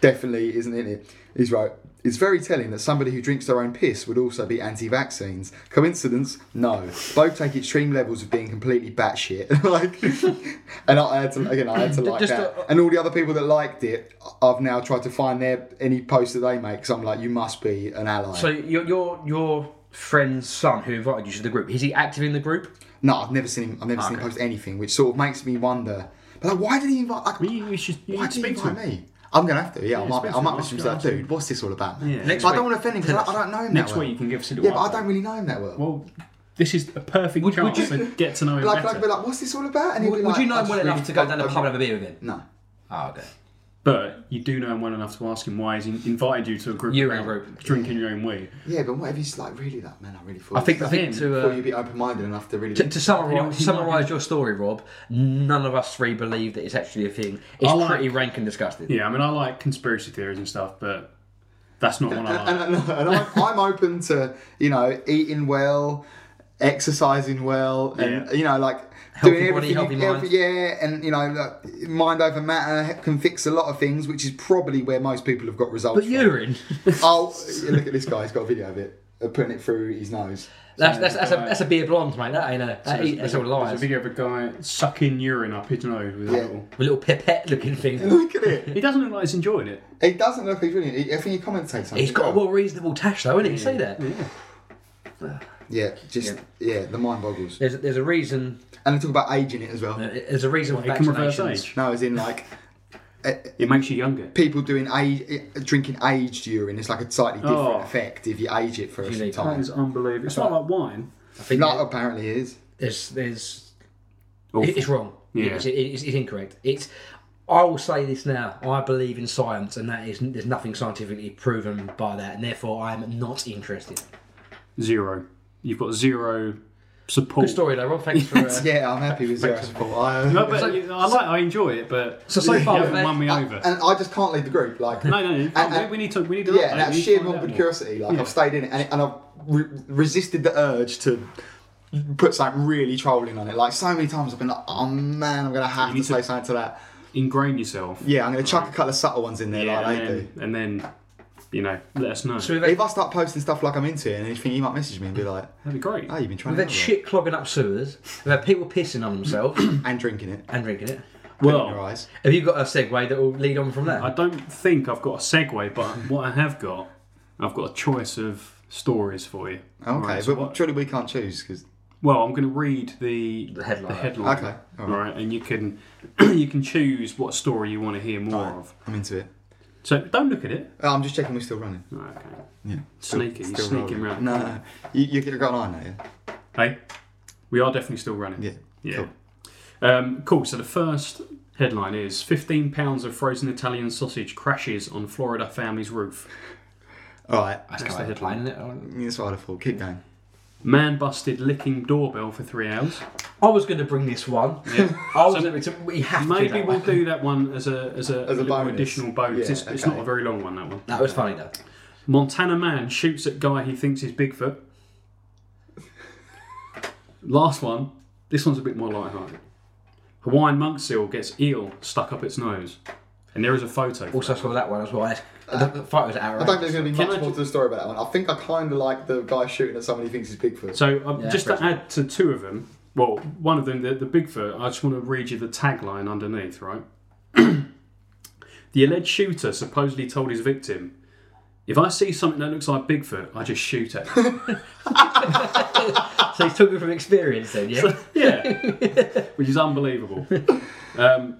definitely isn't in it. He's right. It's very telling that somebody who drinks their own piss would also be anti-vaccines. Coincidence? No. Both take extreme levels of being completely batshit. like, and I had to again, I had to like Just that. a- And all the other people that liked it, I've now tried to find their any post that they make because I'm like, you must be an ally. So your your your friend's son who invited you to the group is he active in the group? no, I've never seen him. I've never seen him Okay. post anything, which sort of makes me wonder. But like, why did he invite? Like, You, you should you why should did he speak to invite him. me? I'm gonna have to. Yeah, I it's might. been I might some message him like, last year. dude, what's this all about? Yeah. Next But I don't week- want to offend him because I, I don't know him. Next that well. week you can give us a little. Yeah, but I update. don't really know him that well. Well, this is a perfect Would- would chance you- to get to know him like, better. like, be like, what's this all about? And he'll Would, be would like, you know "I him just well really enough to go don't down the know pub and him." have a beer with him? No. Oh, Ah, okay. But you do know him well enough to ask him why he's in- invited you to a group, You're in a about group. drinking your own weed. Yeah, but what if he's like really like, man? I really thought. I think I But think then- to, Thought uh, you'd be open-minded enough to really. to You know, to summarize he might summarize your story, Rob. None of us three believe that it's actually a thing. It's I like- pretty rank and disgusting. Yeah, I mean, I like conspiracy theories and stuff, but that's not one I like. and, and, and I'm, I'm open to you know eating well, exercising well, and Yeah. you know like Healthy doing body, everything. healthy you- mind. every- yeah, and you know like, mind over matter can fix a lot of things, which is probably where most people have got results. But urine. from. oh, yeah, look at this guy. He's got a video of it. Of putting it through his nose. That's that's, that's, a, that's a beer blonde, mate. That ain't a that ain't, that's all uh, There's lies. a video of a guy sucking urine up his nose with a Yeah. little. A little pipette looking thing. Look at it. He doesn't look like he's enjoying it. It doesn't look like he's really. I think he commentates something. He's got a well reasonable tash though, isn't he? Say that. Yeah, just yeah. the mind boggles. There's there's a reason. uh, And they talk about aging it as well. There's a reason for It can reverse vaccinations. age. No, as in like It makes you younger. people doing age, eh, drinking aged urine. It's like a slightly different Oh. effect if you age it for a few Unique. That times. is unbelievable. It's not like wine. I think Not apparently it is. there's there's Awful. It- It's wrong. Yeah. It's, it's, it's incorrect. It's. I will say this now. I believe in science, and that is there's nothing scientifically proven by that, and therefore I am not interested. Zero. You've got zero support. Good story though, Rob. Thanks for. Uh, Yeah, I'm happy with zero support. I, No, but you- I like, I enjoy it, but So so far, you we've haven't won had, me I- over. and I just can't leave the group. Like, no, no, no. and- we, we need to. We need to. yeah, and out of sheer morbid curiosity, like I've stayed in it, and, and I've re- resisted the urge to put something really trolling on it. Like so many times, I've been like, oh man, I'm gonna have to need to- say something to that. Ingrain yourself. Yeah, I'm gonna chuck a couple of subtle ones in there, like they and, do. then, and then, you know, let us know. so we've had, If I start posting stuff like I'm into it, and anything, he might message me and be like, That'd be great. "Oh, you've been trying we've had to have that." shit clogging up sewers. We've had people pissing on themselves and drinking it." and drinking it. in your well, eyes. Have you got a segue that will lead on from that? I don't think I've got a segue, but what I have got, I've got a choice of stories for you. Okay, Right, so but what- surely we can't choose because well, I'm going to read the The headline. headline. Okay, All all right. right. and you can you can choose what story you want to hear more of. I'm into it. So don't look at it. Oh, I'm just checking we're still running. Okay. Yeah, Sneaky, you're sneaking round. No, no, you, you got an eye now. Yeah, Hey, we are definitely still running. yeah. Yeah. Cool. Um, cool. So the first headline is 15 pounds of frozen Italian sausage crashes on Florida family's roof. All right, That's That's kind the of plain, isn't it? that's what I'd have thought. Keep going. Man busted licking doorbell for three hours. I was going to bring this one. I was going to. We have to. do Maybe that we'll one. do that one as a as a, As a little bonus. additional bonus. Yeah, it's, it's okay. not a very long one. That one. That was funny though. Montana man shoots at guy he thinks is Bigfoot. Last one. This one's a bit more lighthearted. Hawaiian monk seal gets eel stuck up its nose, and there is a photo. for Also saw that one as well. That's- The, the fight was Uh, I outrageous. don't think there's going to be Can much I more ju- to the story about that one. I think I kind of like the guy shooting at someone he thinks is Bigfoot. So um, Yeah, just to pretty add to two of them, well, one of them, the, the Bigfoot, I just want to read you the tagline underneath, right? the alleged shooter supposedly told his victim, if I see something that looks like Bigfoot, I just shoot at it. So he's talking from experience then, yeah? yeah, which is unbelievable. Um,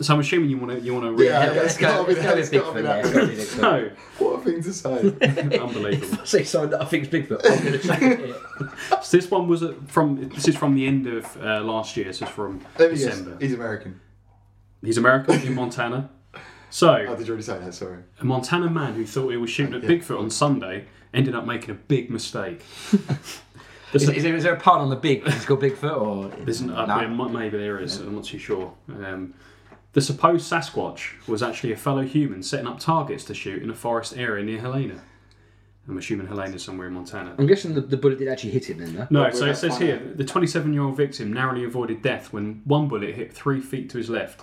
so I'm assuming you want to you want to read. Yeah. Yeah. it's gotta be it's gotta that, it's gotta be that. Bigfoot, yeah, it's gotta No, what a thing to say. be Bigfoot. unbelievable. Say something that I think's Bigfoot. I'm gonna say it. So this one was at- from this is from the end of uh, last year. This is from Let me guess. December. He's American. He's American in Montana. So Oh, did you already say that? Sorry. A Montana man who thought he was shooting at Bigfoot on Sunday ended up making a big mistake. Is, is there, is there a pun on the big? He's got Bigfoot or Isn't uh, No. there mi- maybe there is? I'm not too sure. Um, the supposed Sasquatch was actually a fellow human setting up targets to shoot in a forest area near Helena. I'm assuming Helena's somewhere in Montana. I'm guessing the, the bullet did actually hit him then, though. No, Well, so we'll it says find here the 27 year old victim narrowly avoided death when one bullet hit three feet to his left.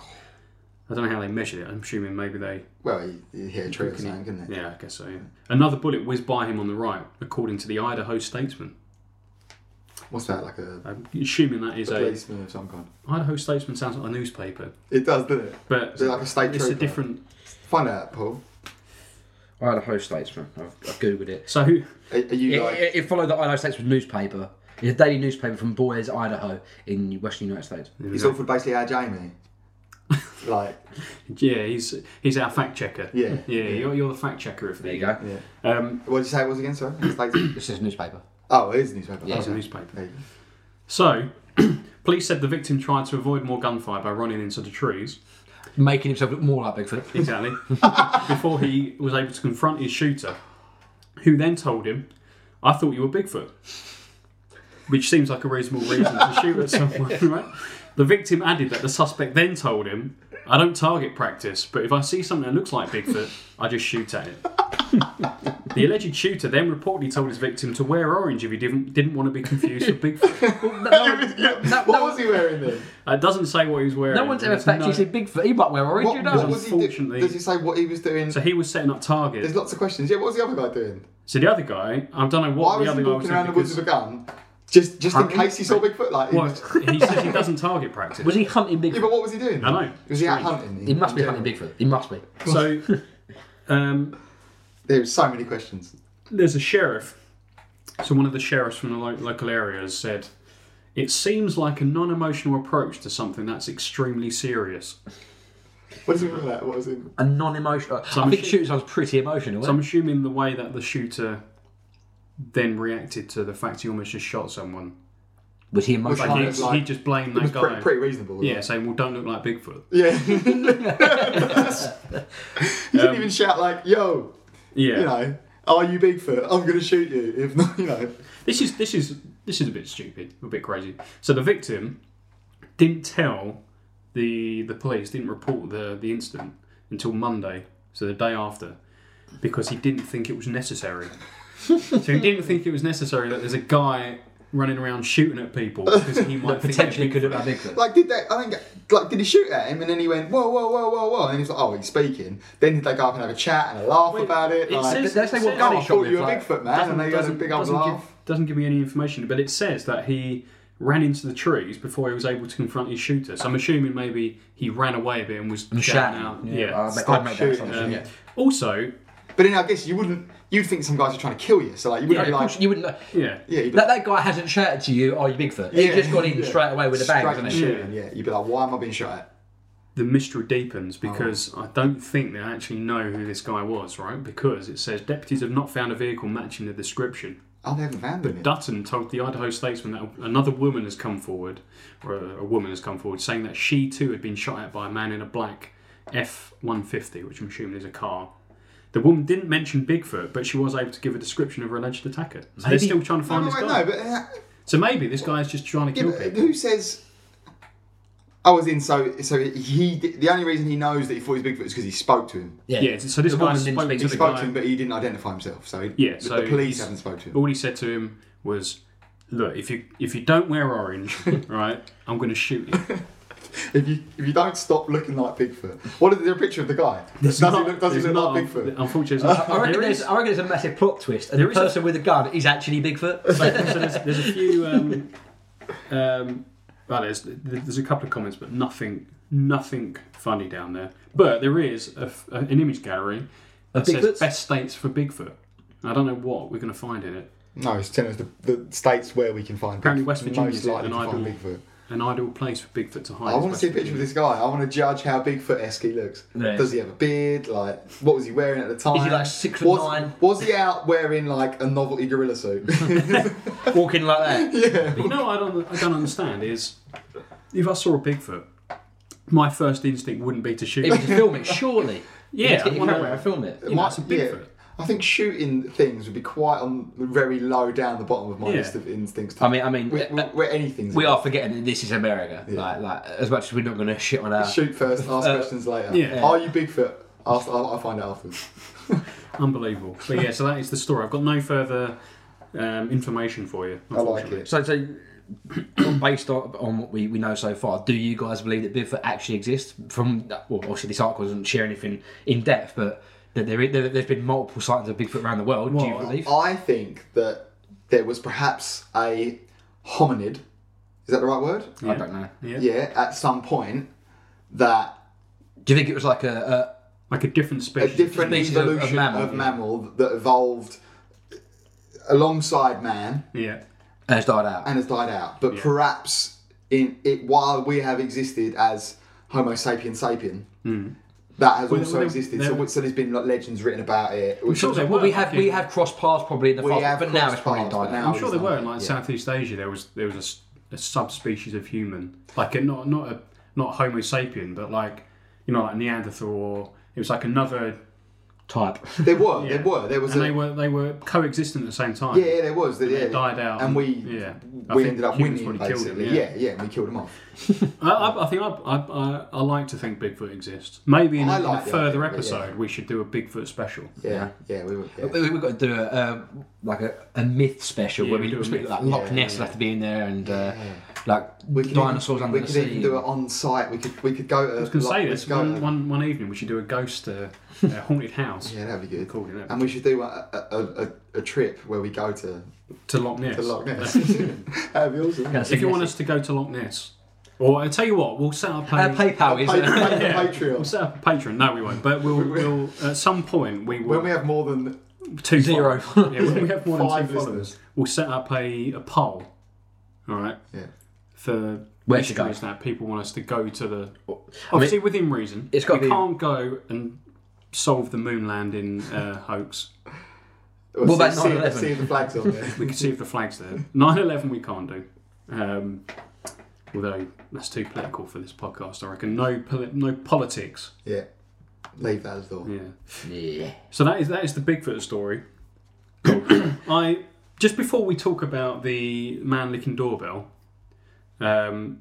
I don't know how they measured it. I'm assuming maybe they Well, he, he hit a tree or something, couldn't he? Yeah, I guess so. Yeah. Another bullet whizzed by him on the right, according to the Idaho Statesman. What's that? Like a I'm assuming that is a policeman of some kind? Idaho Statesman sounds like a newspaper, It does, doesn't it? but Is it like a state it's a trooper? different. Find out, Paul. Idaho Statesman. I've, I've Googled it. So who? Are, are you It, like? it, it followed the Idaho Statesman newspaper. It's a daily newspaper from Boise, Idaho, in western United States. He's all for basically our Jamie. Like, Yeah, he's he's our fact checker. yeah. Yeah, You're, you're the fact checker of There the you go. Yeah. Um, What did you say it was again? Sorry. It's like- This is a newspaper. oh, it is a newspaper. Yeah, it's a Okay. newspaper. There you go. So, police said the victim tried to avoid more gunfire by running into the trees. Making himself look more like Bigfoot. Exactly. before he was able to confront his shooter, who then told him, "I thought you were Bigfoot," which seems like a reasonable reason to shoot at someone, right? The victim added that the suspect then told him, "I don't target practice, but if I see something that looks like Bigfoot, I just shoot at it." the alleged shooter then reportedly told his victim to wear orange if he didn't didn't want to be confused with Bigfoot. what was he wearing then? It doesn't say what he was wearing. No one's ever There's factually no- seen Bigfoot. He might wear orange, What, you what know. was he doing? Unfortunately- Does he say what he was doing? So he was setting up targets. There's lots of questions. Yeah, what was the other guy doing? So the other guy, I don't know Why what was the other he guy was walking around doing. the woods Because, with a gun? Just, just in Hunting? case he saw Bigfoot. Like, he was- well, he says he doesn't target practice. Was he hunting yeah, Bigfoot? but what was he doing? I know. Was he out Strange. hunting? He must be hunting Bigfoot. He must be. So um, There's so many questions. there's a sheriff. So one of the sheriffs from the lo- local area has said, "It seems like a non-emotional approach to something that's extremely serious." What does he mean by that? What was it? A non-emotional. I think shit- shooting sounds pretty emotional. So Some I'm assuming the way that the shooter then reacted to the fact he almost just shot someone, was he Like, emotional? like it's he, like- he just blamed It was that guy. pretty, pretty reasonable. yeah, saying, "Well, don't look like Bigfoot." Yeah. he didn't even shout like, "Yo, Um, Yeah, you know, are you Bigfoot? I'm gonna shoot you if not, you know." This is this is this is a bit stupid, a bit crazy. So the victim didn't tell the the police, didn't report the the incident until Monday, so the day after, because he didn't think it was necessary. so he didn't think it was necessary that there's a guy running around shooting at people because he might think Potentially they're could big- have been Bigfoot. Like, did they? I think, like, did he shoot at him and then he went, "Whoa, whoa, whoa, whoa, whoa," and he's like, "Oh, he's speaking." Then did they go up and have a chat and a laugh Wait, about it it? like, says- Let's say what "Oh, gun he I shot thought with. Ah, you were Like, Bigfoot man, and they had a big old doesn't laugh. give, doesn't give me any information, but it says that he ran into the trees before he was able to confront his shooter. So I'm assuming maybe he ran away a bit and was I'm shouting shouting. out. Yeah, I'd make- Stop I'd make that shooting, assumption. Um, Yeah. Also, But then I guess you wouldn't. You'd think some guys are trying to kill you, so like you Yeah, wouldn't of be like, course you wouldn't. know. yeah, "Yeah, you'd be That, that guy hasn't shouted to you, are you Bigfoot? He Yeah, just got in yeah. straight away with a bang, straight hasn't he? shooting." Yeah. you'd be like, "Why am I being shot at?" the mystery deepens because I don't think they actually know who this guy was, right? Because it says deputies have not found a vehicle matching the description. Oh, they haven't found him. yet. Dutton told the Idaho Statesman that another woman has come forward, or a woman has come forward, saying that she too had been shot at by a man in a black F 150, which I'm assuming is a car. The woman didn't mention Bigfoot, but she was able to give a description of her alleged attacker. So they're Maybe- still trying to No, find no, this wait, guy. no, but uh, So maybe this guy's just trying to yeah, kill but people. who says? I was in. So, so he. The only reason he knows that he thought he was Bigfoot is because he spoke to him. Yeah, so this The guy woman didn't spoke speak to He the spoke guy. to him, but he didn't identify himself. So, he- Yeah, the, so the police he's- Oh. haven't spoke to him. all he said to him was, "Look, if you if you don't wear orange, right, I'm going to shoot you." If you if you don't stop looking like Bigfoot, what is there a picture of the guy? Does he Not- look? Does he there's look not- like Bigfoot? Unfortunately, there's I not- reckon there there's, is. I reckon there's a massive plot twist, and There the is a- person with the gun is actually Bigfoot. So there's, there's a few. Um, um, well, there's there's a couple of comments, but nothing nothing funny down there. But there is a f a an image gallery that says Bigfoots? best states for Bigfoot. I don't know what we're going to find in it. No, it's telling us the, the states where we can find. Apparently Bigfoot, West Virginia most is an likely to find ideal- Bigfoot. An ideal place for Bigfoot to hide. I is want to West see a picture of Virginia. this guy. I want to judge how Bigfoot esque he looks. Yeah. Does he have a beard? Like, what was he wearing at the time? Is he, like, six foot was, nine? Was he out wearing like a novelty gorilla suit? Walking like that. But you know what I don't, I don't understand is if I saw a Bigfoot, my first instinct wouldn't be to shoot. If it. you film it, surely. Yeah, Let's get I your wanna- camera and film it. You know, that's a Bigfoot. I think shooting things would be quite on very low down the bottom of my Yeah. list of instincts. To, I mean, I mean, where, uh, where, where anything's we are forgetting that this is America. Like, like as much as we're not going to shit on our. shoot first, ask Uh, questions later. yeah. Are you Bigfoot? Ask, I'll, I'll find out afterwards. Unbelievable. But yeah, so that is the story. I've got no further um, information for you. I like unfortunately. it. So, so based on, on what we, we know so far, do you guys believe that Bigfoot actually exists? From well, obviously this article doesn't share anything in depth, but that there, is- there there's been multiple sightings of Bigfoot around the world. do you Well, believe? I think that there was perhaps a hominid. Is that the right word? I don't know. Yeah. Yeah, at some point that Do you think it was like a, Like a different a species. different Species of- of evolution of mammal, mammal, yeah. that evolved alongside man Yeah. a has died out? and has died out. But perhaps in it while we have existed as Homo sapien sapien. Mm. That has Well, also there- existed. there- So, so there's been like legends written about it. which- sure there well, we were, have like, we in- have cross paths probably in the We past, have but now crossed it's probably paths, but died now- out. I'm Oh, sure he's there done were that, in like yeah. Southeast Asia. There was there was a s- a, subspecies of human, like a, not not a not Homo sapien, but like you know like Neanderthal. Or, it was like another, Type. There were, Yeah. there were, there was and a. they were they were coexistent at the same time. yeah, yeah, there was. There, yeah. They died out, And we, yeah. I we think ended up humans winning probably killed basically. them, yeah. yeah. yeah, and we killed them off. I, I, I think I, I, I, I like to think Bigfoot exists. Maybe in, a- I in like a the further idea, yeah. episode we should do a Bigfoot special. Yeah, yeah, we were. Yeah. We- We've got to do a, uh, like a, a myth special Yeah, where we we do a speak myth. like Loch Yeah, Ness yeah. will have to be in there and uh, Yeah. like We could dinosaurs even, under we the could sea. even do it on site. We could we could go to. I was going to say this one, one, one evening we should do a ghost uh, uh, haunted house. Yeah, that'd be We good. called it that. And we should do a, a, a, a- a trip where we go to, to Loch Ness. to Loch Ness. that'd be awesome. That's if you want nasty. us to go to Loch Ness, or I tell you what, we'll set up a Uh, PayPal is. Patreon. We'll uh, Patreon. set up a Patreon. No, we won't. But we'll, we'll at some point we will When we have more than two Zero. followers- yeah, when we have more than two Five followers, listeners. we'll set up a, a poll. All right. Yeah. For Where to go? mysteries that people want us to go to the I mean, obviously within reason. it's gotta we be- can't go and solve the moon landing uh, hoax. well, about see- see- 9/11? seeing the flags on there. We can see if the flag's there. 9-11 we can't do. Um, although that's too political for this podcast, I reckon. No, poli- no politics. yeah, leave that as well. Yeah. yeah. So that is that is the Bigfoot story. I just before we talk about the man licking doorbell, um,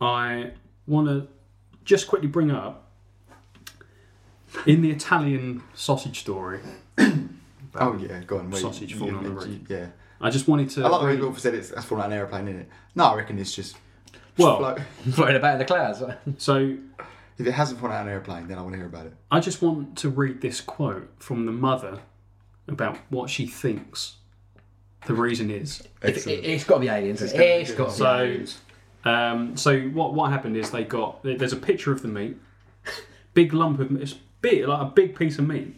I want to just quickly bring up in the Italian sausage story. Oh yeah, go on. wait. Sausage You- falling on the you- roof. Yeah, I just wanted a lot of to. people have said it's that's from an airplane, isn't it? No, I reckon it's just. Well, float. Floating about in the clouds. so if it hasn't fallen out of an airplane, then I want to hear about it. I just want to read this quote from the mother about what she thinks the reason is. If, it, it's got to be aliens. It's, got to be So, aliens. um, so what what happened is they got there- there's a picture of the meat, big lump of it's big like a big piece of meat,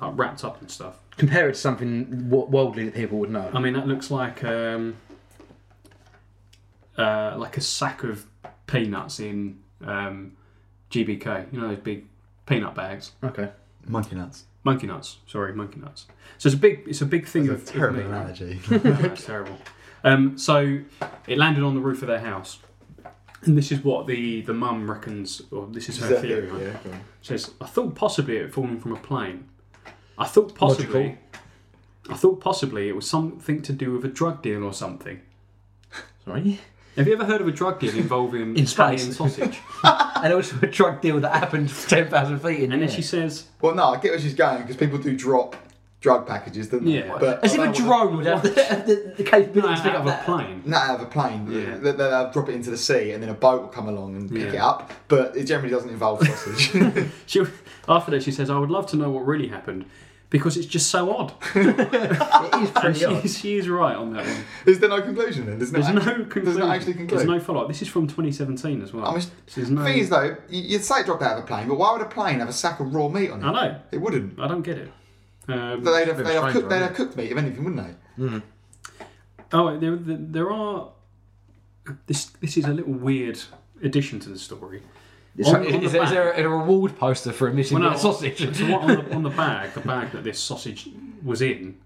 like wrapped up and stuff. Compare it to something wo- worldly that people would know. I mean that looks like um, uh, like a sack of peanuts in um, GBK. You know those big peanut bags, Okay. Monkey nuts. monkey nuts. Sorry, monkey nuts. So it's a big it's a big thing That's of, a of terrible meat. analogy. That's terrible. Um, so it landed on the roof of their house. And this is what the, the mum reckons, or this is her Is that theory. theory, right? yeah, go on. Says, I thought possibly it had fallen from a plane. I thought possibly. I thought possibly it was something to do with a drug deal or something. Sorry. Have you ever heard of a drug deal involving In Italian space. sausage? and also a drug deal that happened 10,000 feet in And the then she air. says, Well, no, I get where she's going because people do drop drug packages, don't they? Yeah. But As if I a don't drone would have the, the, the capability "Nah, to pick out up of a that. plane. Not out of a plane. Yeah. They, will drop it into the sea, and then a boat will come along and pick Yeah. it up. But it generally doesn't involve sausage. She, after that, she says, I would love to know what really happened because it's just so odd. It is And pretty odd. she, she is right on that one. Is there no conclusion then? There's no, There's no act- conclusion. There's no actually There's conclusion. no follow-up. This is from 2017 as well. I mean, So there's no- thing is though, you- you'd say it dropped out of a plane, but why would a plane have a sack of raw meat on it? I know. It wouldn't. I don't get it. Um, But they'd have, bit they'd, have strange, cooked, they'd right? have cooked meat, if anything, wouldn't they? oh, there, there, there are. This this is a little weird addition to the story. Is, On- is- on the is there- is back- there a, reward poster for a missing Well, no, sausage? So what on the, on the bag, the bag that this sausage was in,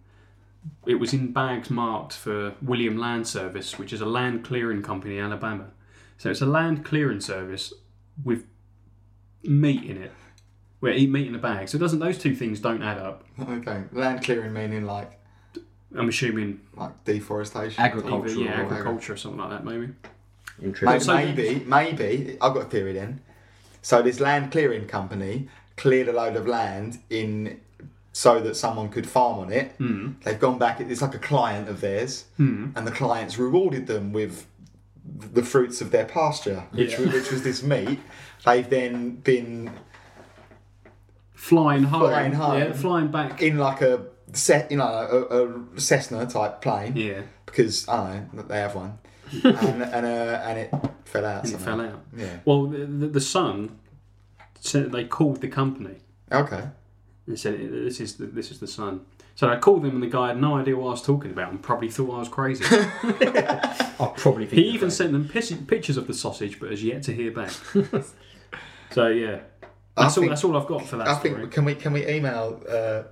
it was in bags marked for William Land Service, which is a land clearing company in Alabama. So it's a land clearing service with meat in it. Where eat meat in a bag. So it doesn't those two things don't add up. Okay. Land clearing meaning like I'm assuming like deforestation. Either, Agricultural. yeah, or whatever. agriculture or something like that, maybe. Maybe, So- maybe, maybe- I've got a theory then. So this land clearing company cleared a load of land in so that someone could farm on it. Hmm. Mm. They've gone back. It's like a client of theirs, and the clients rewarded them with the fruits of their pasture, which, Yeah. was, which was this meat. They've then been Flying home. Flying home. Yeah, flying back. in like a set, you know, a, a Cessna type plane yeah, because I don't know they have one, and and, uh, and it fell out. and it somehow. fell out. Yeah. Well, the, the, the son said they called the company Okay. and said, "This is the, this is the son." So I called them, and the guy had no idea what I was talking about, and probably thought I was crazy. I probably think he even sent them pic- pictures of the sausage, but has yet to hear back. So yeah, I that's all. think- That's all I've got for that I story. think can we can we email uh,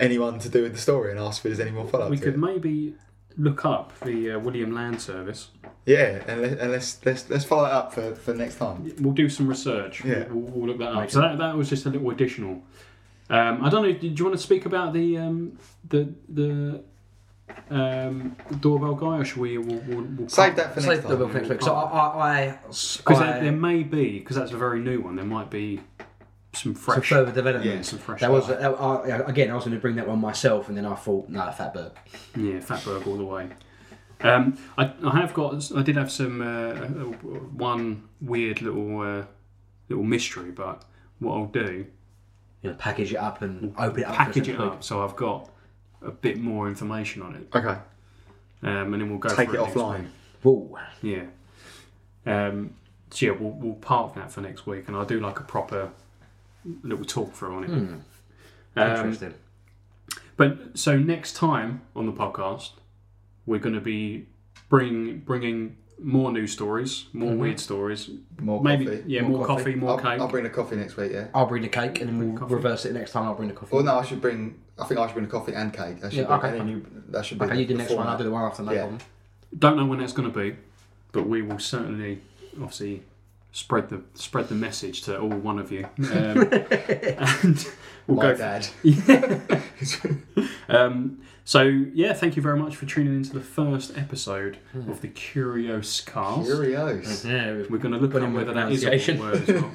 anyone to do with the story and ask if there's any more follow up? we to could it? maybe look up the uh, William Land Service. yeah, and, let, and let's let's let's follow it up for, for next time. We'll do some research. Yeah. We'll, we'll look that up. So that, that was just a little additional. Um, I don't know. Did you want to speak about the um, the the um, doorbell guy, or should we? We'll, we'll, we'll Save that for So next the time. book next week. So I, Oh, I, Oh. I, because I- there, there may be because that's a very new one. There might be some some fresh, further development. Yeah. some fresh. That was uh, I, I- again. I was going to bring that one myself, and then I thought, no, fat bird. Yeah, Fatberg all the way. Um, I, I have got. I did have some uh, uh, one weird little uh, little mystery, but what I'll do You know, package it up and open it up. for us package it next week. up so I've got a bit more information on it, Okay, um, and then we'll go take it through next offline. week. Whoa. Yeah. Um, so yeah, we'll, we'll park that for next week, and I'll do like a proper little talk through on it. Hmm. Um, Interesting. But so next time on the podcast, we're going to be bring bringing more news stories, more weird stories. Mm-hmm. More Maybe- coffee. yeah, more coffee, more I'll, cake. I'll bring the coffee next week. Yeah. I'll bring the cake, and then we'll coffee. reverse it next time. I'll bring the coffee. Well, no, I should bring. I think I should bring the coffee and cake. I should Yeah, bring- okay. and then you, that should be. okay, you do the next one. I'll do the one after. No Yeah. problem. Don't know when that's going to be, but we will certainly, obviously, spread the spread the message to all one of you, um, and we'll My go. dad. Um, so yeah, thank you very much for tuning into the first episode Hmm. of the Curious Cast. Curios. Yeah, we've- We're going to look Put at in whether the that is a pronunciation. word as well.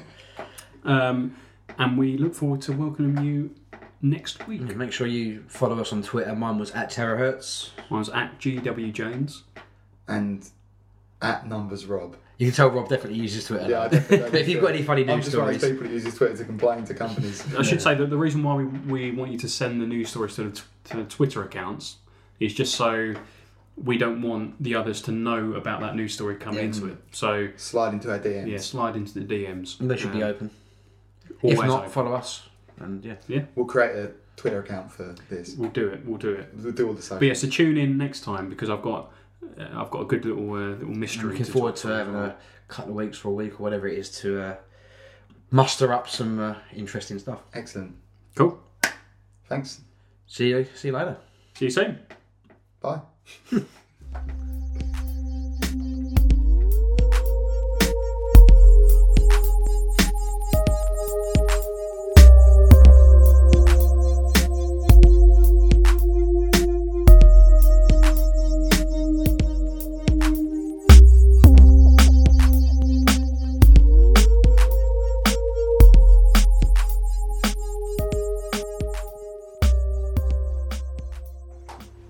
um, and we look forward to welcoming you next week. Yeah, Make sure you follow us on Twitter. Mine was at Terahertz. I was at GW Jones. And at numbers Rob. You can tell Rob definitely uses Twitter. Yeah, I definitely don't but if use you've got Twitter. any funny I'm news just one stories, of those people that uses Twitter to complain to companies. I should say that the reason why we, we want you to send the news stories to the, t- to the Twitter accounts is just so we don't want the others to know about that news story coming into it. So Slide into our DMs. yeah, slide into the DMs. they should be Um, open. always if not, open. follow us. And yeah, We'll create a Twitter account for this. we'll do it. We'll do it. We'll do all the social. But yeah, so tune in next time because I've got uh, I've got a good little uh, little mystery. looking to forward talk to about. having a couple of weeks or a week or whatever it is to uh, muster up some uh, interesting stuff. Excellent. cool. Thanks. See you. See you later. See you soon. Bye.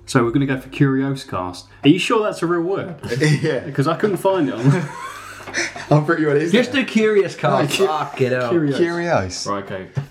So we're going to go for Curioscast. Are you sure that's a real word? yeah, Because I couldn't find it. on I'm pretty well. it is Just now. a curious card. cu- Fuck it up. Curios. Curios. Right. Okay.